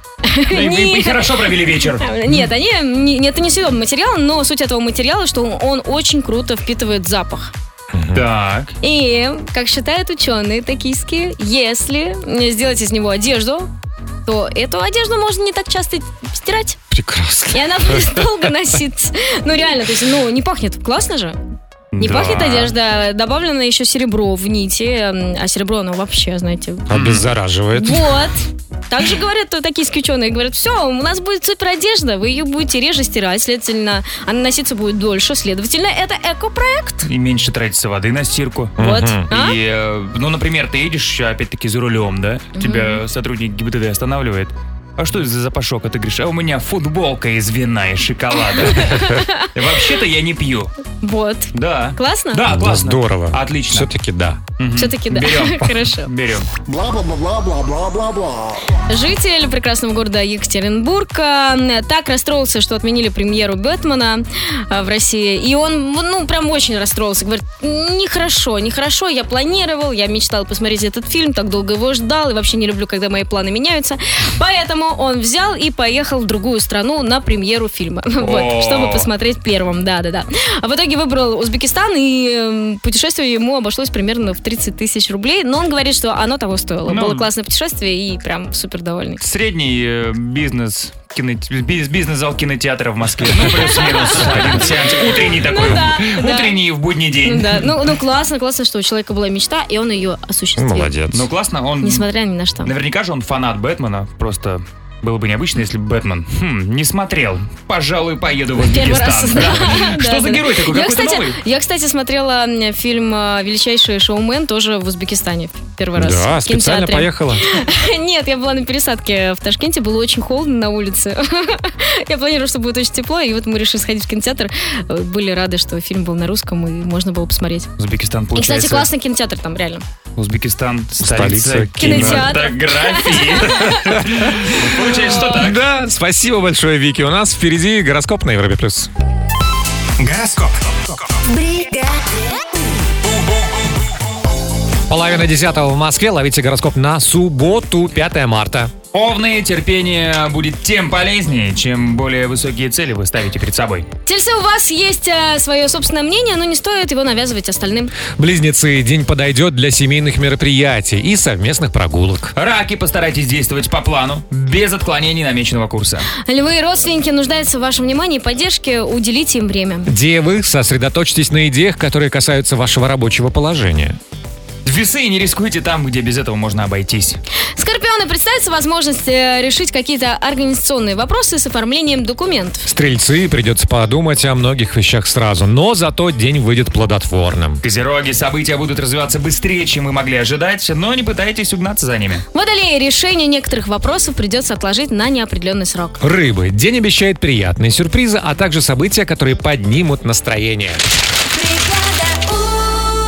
И- И и Нет. хорошо провели вечер. Нет, они, не- не- это не съедобный материал, но суть этого материала, что он очень круто впитывает запах. Так. И, как считают ученые токийские, если сделать из него одежду, то эту одежду можно не так часто стирать. Прекрасно. И она будет долго носиться. Ну, реально, то есть, ну, не пахнет. Классно же. Не Да. пахнет одежда. Добавлено еще серебро в нити. м, А серебро, оно вообще, знаете... Обеззараживает. Вот. Также говорят то токийские ученые, говорят, все, у нас будет супер одежда, вы ее будете реже стирать, следовательно, она носиться будет дольше, следовательно, это эко-проект. И меньше тратится воды на стирку. Вот. Мгм. А? И, э, ну, например, ты едешь, опять-таки, за рулем, да? Тебя сотрудник ГИБДД останавливает. А что это за запашок? А ты говоришь, а у меня футболка из вина и шоколада. Вообще-то я не пью. Вот. Да. Классно? Да, Да, классно. здорово. Отлично. Все-таки да. Все-таки да. Берем. Хорошо. Берем. Бла-бла-бла-бла-бла-бла-бла. Житель прекрасного города Екатеринбурга э, так расстроился, что отменили премьеру Бэтмена э, в России. И он, в- ну, прям очень расстроился. Говорит, нехорошо, нехорошо, я планировал, я мечтал посмотреть этот фильм, так долго его ждал, и вообще не люблю, когда мои планы меняются. Поэтому он взял и поехал в другую страну на премьеру фильма. Вот, чтобы посмотреть первым, да-да-да. А в итоге выбрал Узбекистан, и эм, путешествие ему обошлось примерно в 30 тысяч рублей. Но он говорит, что оно того стоило. Ну, Было классное путешествие и прям супер довольный. Средний э, бизнес кино- биз- бизнес-зал кинотеатра в Москве. Ну, плюс-минус один сеанс. Утренний такой. Ну да, да. Утренний в будний Ну, день. да. ну, ну, классно, классно, что у человека была мечта, и он ее осуществил. Ну, классно. Он Несмотря ни на что. Наверняка же он фанат Бэтмена, просто было бы необычно, если бы Бэтмен хм, не смотрел. Пожалуй, поеду в Первый раз. Узбекистан. Да. Да, Что за да, герой да. такой? Я, Какой-то кстати, новый? Я, кстати, смотрела м, фильм э, «Величайший шоумен» тоже в Узбекистане в первый раз. Да, в специально кинотеатре. поехала. Нет, я была на пересадке в Ташкенте, было очень холодно на улице. Я планировала, что будет очень тепло, и вот мы решили сходить в кинотеатр. Э, Были рады, что фильм был на русском, и можно было посмотреть. Узбекистан И, получается. кстати, классный кинотеатр там, реально. Узбекистан столица Столица кинотеатра. кинематографии. Получается, что так. Да, спасибо большое, Вики. У нас впереди гороскоп на Европе Плюс. Гороскоп. Бригада Половина десятого в Москве. Ловите гороскоп на субботу, 5 марта. Овны, терпение будет тем полезнее, чем более высокие цели вы ставите перед собой. Тельцы, у вас есть э, свое собственное мнение, но не стоит его навязывать остальным. Близнецы, день подойдет для семейных мероприятий и совместных прогулок. Раки, постарайтесь действовать по плану, без отклонений намеченного курса. Львы и родственники нуждаются в вашем внимании и поддержке, уделите им время. Девы, сосредоточьтесь на идеях, которые касаются вашего рабочего положения. Весы не рискуйте там, где без этого можно обойтись. Скорпионы, представится возможность э, решить какие-то организационные вопросы с оформлением документов. Стрельцы, придется подумать о многих вещах сразу, но зато день выйдет плодотворным. Козероги, события будут развиваться быстрее, чем вы могли ожидать, но не пытайтесь угнаться за ними. Водолеи, решение некоторых вопросов придется отложить на неопределенный срок. Рыбы. День обещает приятные сюрпризы, а также события, которые поднимут настроение.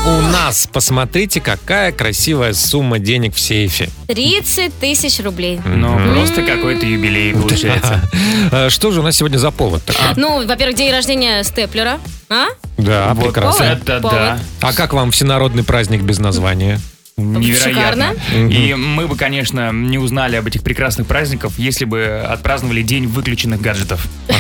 У нас, посмотрите, какая красивая сумма денег в сейфе. 30 тысяч рублей. Ну, просто какой-то юбилей получается. Э, Что же у нас сегодня за повод? Ну, во-первых, день рождения Степлера. А? Да, прекрасно. повод, Это да. повод. А как вам всенародный праздник без названия? Невероятно. Шикарно. И мы бы, конечно, не узнали об этих прекрасных праздников, если бы отпраздновали день выключенных гаджетов.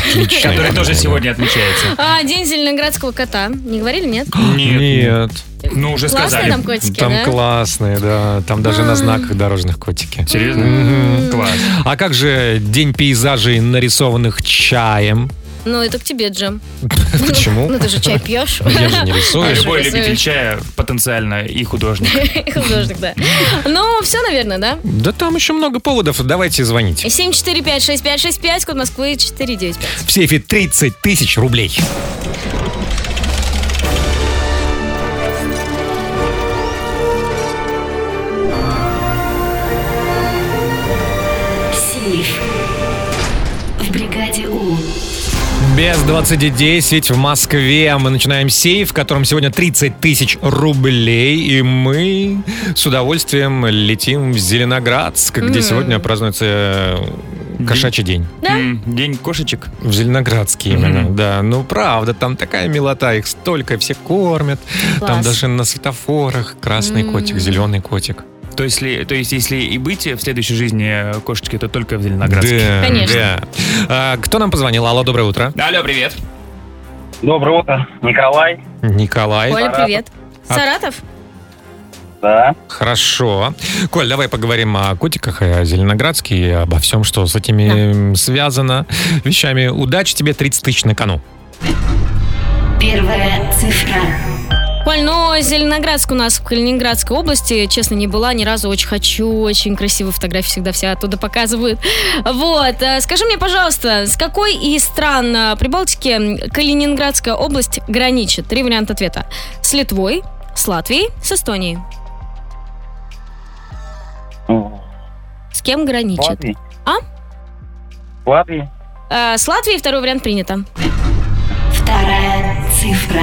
Который тоже сегодня отмечается. А, день зеленоградского кота. Не говорили, нет? Нет. Ну, уже Классные сказали. там котики, Там да? классные, да. Там даже на знаках дорожных котики. Серьезно? Класс. А как же день пейзажей, нарисованных чаем? Ну, это к тебе, Джем. Почему? Ну, ты же чай пьешь. Я же не А рисую. Хорошо, Любой любитель рисуешь. чая потенциально и художник. Художник, да. Ну, все, наверное, да? Да там еще много поводов, давайте звоните. 745-6565, код Москвы 495. В сейфе 30 тысяч рублей. Сейф. В бригаде У. Без 2010 в Москве мы начинаем сейф, в котором сегодня 30 тысяч рублей, и мы с удовольствием летим в Зеленоградск, где М. сегодня празднуется э, кошачий день. М, День кошечек. В Зеленоградске именно, да. Ну, правда, там такая милота, их столько, все кормят. Там Класс. даже на светофорах красный М. котик, зеленый котик. То есть, ли- то есть, если и быть в следующей жизни кошечки, то только в Зеленоградске. Да, да. А, кто нам позвонил? Алло, доброе утро. Алло, привет. Доброе утро, Николай. Николай. Коля, привет. А- Саратов? Да. Хорошо. Коль, давай поговорим о котиках и о Зеленоградске и обо всем, что с этими м, связано вещами. Удачи тебе, 30 тысяч на кону. Первая цифра. Коль, ну, Зеленоградск у нас в Калининградской области, честно, не была ни разу, очень хочу, очень красивые фотографии всегда все оттуда показывают. Вот, э, скажи мне, пожалуйста, с какой из стран э, Прибалтики м, Калининградская область граничит? Три варианта ответа. С Литвой, с Латвией, с Эстонией. С кем граничит? Латвии. А? Латвии. Э, С Латвией второй вариант принято. Вторая цифра.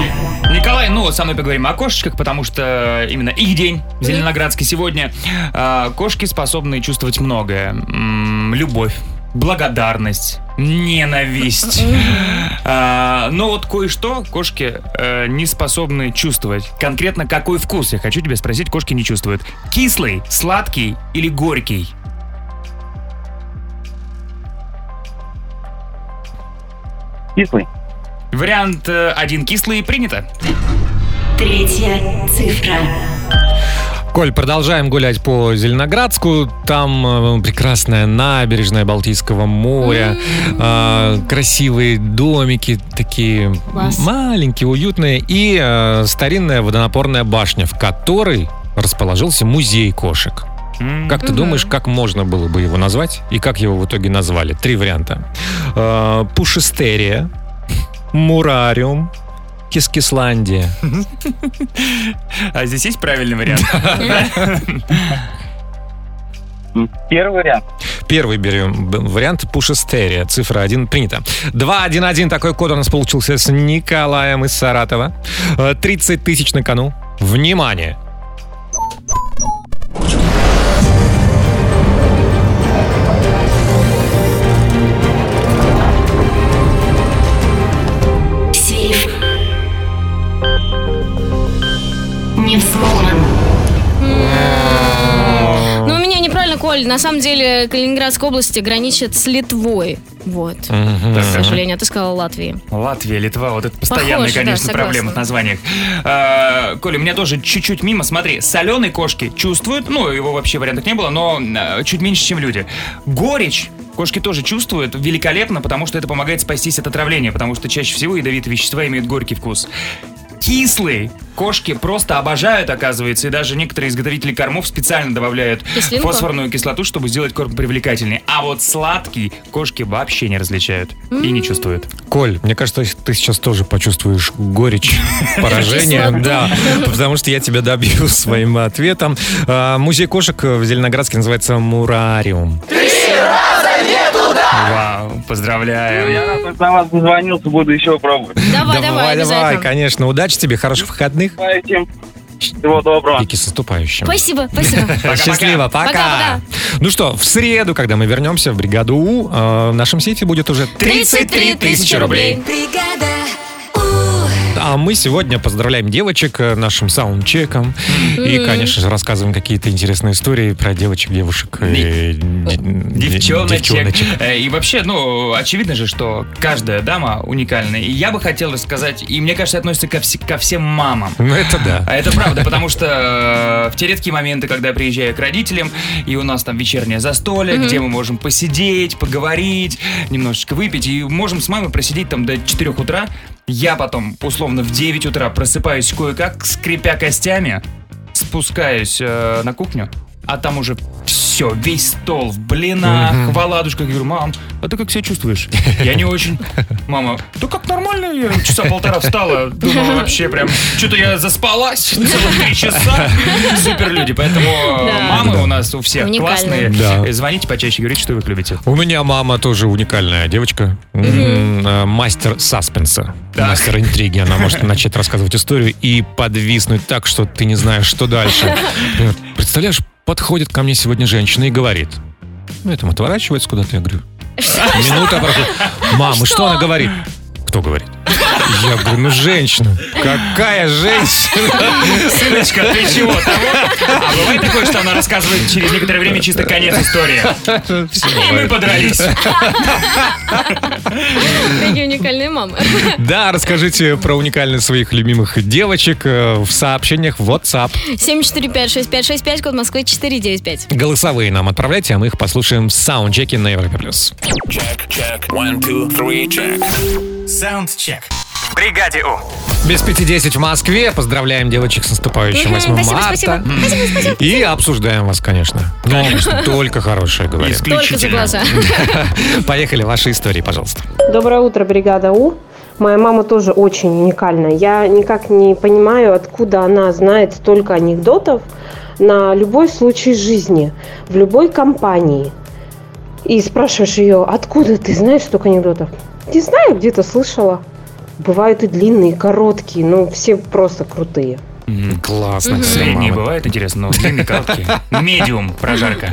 Николай, ну вот со мной поговорим о кошечках, потому что именно их день в Зеленоградске сегодня. А, Кошки способны чувствовать многое. М, Любовь, благодарность, ненависть. А, Но вот кое-что кошки э, не способны чувствовать. Конкретно какой вкус, я хочу тебя спросить, кошки не чувствуют. Кислый, сладкий или горький? Кислый. Вариант э, один кислый принято. Третья цифра. Коль, продолжаем гулять по Зеленоградску. Там э, прекрасная набережная Балтийского моря, э, красивые домики, такие Класс. маленькие, уютные, и э, старинная водонапорная башня, в которой расположился музей кошек. Как ты Мгм. думаешь, как можно было бы его назвать и как его в итоге назвали? Три варианта. Э, Пушистерия, Мурариум, Кискисландия. А здесь есть правильный вариант? Первый вариант. Первый берем б- вариант пушестерия. Цифра 1 принята. 2-1-1. Такой код у нас получился с Николаем из Саратова. Э, 30 тысяч на кону. Внимание! Сейф. Не взломан. Ну, у меня неправильно, Коль. На самом деле, Калининградская область граничит с Литвой. Вот. Мгм. Э, К сожалению, а ты сказала Латвии. Латвия, Литва, вот это постоянная, Похоже, да, конечно, согласна. проблема в названиях. А, Коля, у меня тоже чуть-чуть мимо, смотри, соленые кошки чувствуют, ну, его вообще вариантов не было, но а, чуть меньше, чем люди. Горечь кошки тоже чувствуют великолепно, потому что это помогает спастись от отравления, потому что чаще всего ядовитые вещества имеют горький вкус. Кислые кошки просто обожают, оказывается, и даже некоторые изготовители кормов специально добавляют Кислинку? фосфорную кислоту, чтобы сделать корм привлекательнее. А вот сладкий кошки вообще не различают и не чувствуют. Коль, мне кажется, ты сейчас тоже почувствуешь горечь поражения. Кислоту. Да, потому что я тебя добью своим ответом. А, Музей кошек в Зеленоградске называется Мурариум. Вау, поздравляю. Я раз уж на вас дозвонился, буду еще пробовать. Давай, давай, давай, обязательно. конечно. Удачи тебе, хороших выходных. Всего доброго. И с наступающим. Спасибо, спасибо. Счастливо, пока. Пока-пока. Ну что, в среду, когда мы вернемся в бригаду У, э, в нашем сейфе будет уже 33 тысячи рублей. Бригада. А мы сегодня поздравляем девочек э, нашим саундчеком. И, Мгм. конечно же, рассказываем какие-то интересные истории про девочек, девушек и де- Девчоночек. девчоночек. Э, И вообще, ну, очевидно же, что каждая дама уникальна. И я бы хотел рассказать, и мне кажется, относится ко, вс- ко всем мамам. Ну, это да. А это правда, потому что э, в те редкие моменты, когда я приезжаю к родителям, и у нас там вечернее застолье, Мгм. где мы можем посидеть, поговорить, немножечко выпить, и можем с мамой просидеть там до 4 утра. Я потом, условно, в 9 утра просыпаюсь кое-как, скрипя костями, спускаюсь э, на кухню, а там уже все, весь стол в блинах, Мгм. в оладушках. Я говорю, мам, а ты как себя чувствуешь? Я не очень. Мама, да как нормально, я часа полтора встала, думала вообще прям, что-то я заспалась целых три часа. Супер люди, поэтому э, Да. мамы у нас у всех классные. Уникальные. Да. Э, Звоните почаще, говорите, что вы их любите. У меня мама тоже уникальная девочка. М, э, Мастер саспенса. Мастер интриги. Она может начать рассказывать историю и подвиснуть так, что ты не знаешь, что дальше. Например, представляешь, подходит ко мне сегодня женщина и говорит. Ну, я там отворачивается куда-то, я говорю. «А, Минута проходит. Мама, что она говорит? Кто говорит? Я говорю, ну женщина. Какая женщина? Сыночка, ты чего? Того? А бывает такое, что она рассказывает через некоторое время чисто конец истории. И мы бывает. подрались. Такие уникальные мамы. Да, расскажите про уникальность своих любимых девочек э, в сообщениях в WhatsApp. 7456565, код Москвы 495. Голосовые нам отправляйте, а мы их послушаем в саундчеке на Европе+. плюс. Саундчек. В бригаде У. Без пяти десять в Москве. Поздравляем девочек с наступающим Мгм, 8 спасибо, марта. спасибо. М. И обсуждаем вас, конечно. Но только хорошее говорим. Только за глаза. Поехали, ваши истории, пожалуйста. Доброе утро, бригада У. Моя мама тоже очень уникальная. Я никак не понимаю, откуда она знает столько анекдотов на любой случай жизни, в любой компании. И спрашиваешь ее, откуда ты знаешь столько анекдотов? Не знаю, где-то слышала. Бывают и длинные, и короткие, но все просто крутые. Классно. Мгм. Средние бывают, интересно, но длинные, короткие. Медиум, прожарка.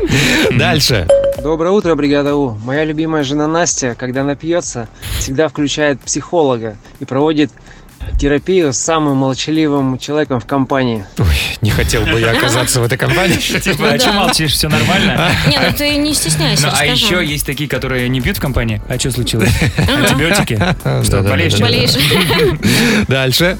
Дальше. Доброе утро, бригада У. Моя любимая жена Настя, когда напьется, всегда включает психолога и проводит терапию с самым молчаливым человеком в компании. Не хотел бы я оказаться в этой компании. Типа, а что молчишь, все нормально? Не, ну ты не стесняйся, Ну, а расскажи. еще есть такие, которые не пьют в компании. А что случилось? Антибиотики? Что, Да-да-да-да. болеешь? чем-то? Дальше.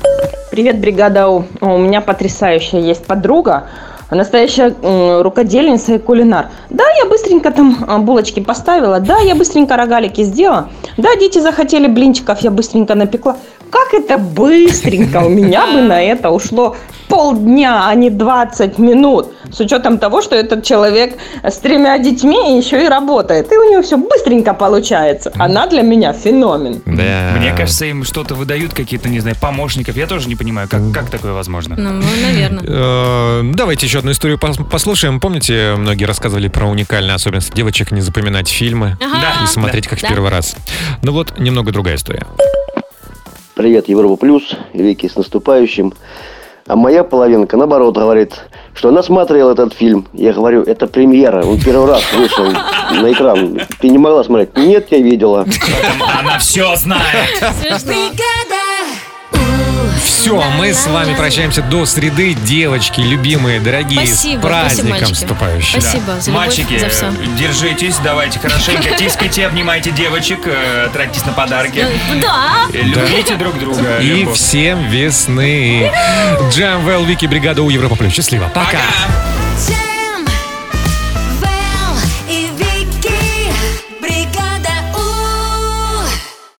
Привет, бригада У. У меня потрясающая есть подруга, настоящая м, рукодельница и кулинар. Да, я быстренько там а, булочки поставила, да, я быстренько рогалики сделала, да, дети захотели блинчиков, я быстренько напекла. Как это быстренько? У меня бы на это ушло полдня, а не 20 минут. С учетом того, что этот человек с тремя детьми и еще и работает. И у него все быстренько получается. Она для меня феномен. Мне кажется, им что-то выдают, какие-то, не знаю, помощников. Я тоже не понимаю, как, как такое возможно. Ну, наверное. Э, Давайте еще одну историю пос- послушаем. Помните, многие рассказывали про уникальную особенность девочек не запоминать фильмы Ага. и смотреть Да. как в Да. первый раз. Ну вот, немного другая история. Привет, Европа Плюс, веки с наступающим. А моя половинка, наоборот, говорит, что она смотрела этот фильм. Я говорю, это премьера, он первый раз вышел на экран. Ты не могла смотреть? Нет, я видела. Она все знает. Бригада. У. Все, мы с вами прощаемся до среды. Девочки, любимые, дорогие, Спасибо, с праздником спасибо, мальчики. вступающим. Спасибо за любовь, Мальчики, за всё. держитесь, давайте хорошенько тискайте, обнимайте девочек, э, тратьтесь на подарки. Ну, да. Э, Любите друг друга. И любовь. всем весны. Джам Вики, бригада у Европа Плюс. Счастливо. Пока.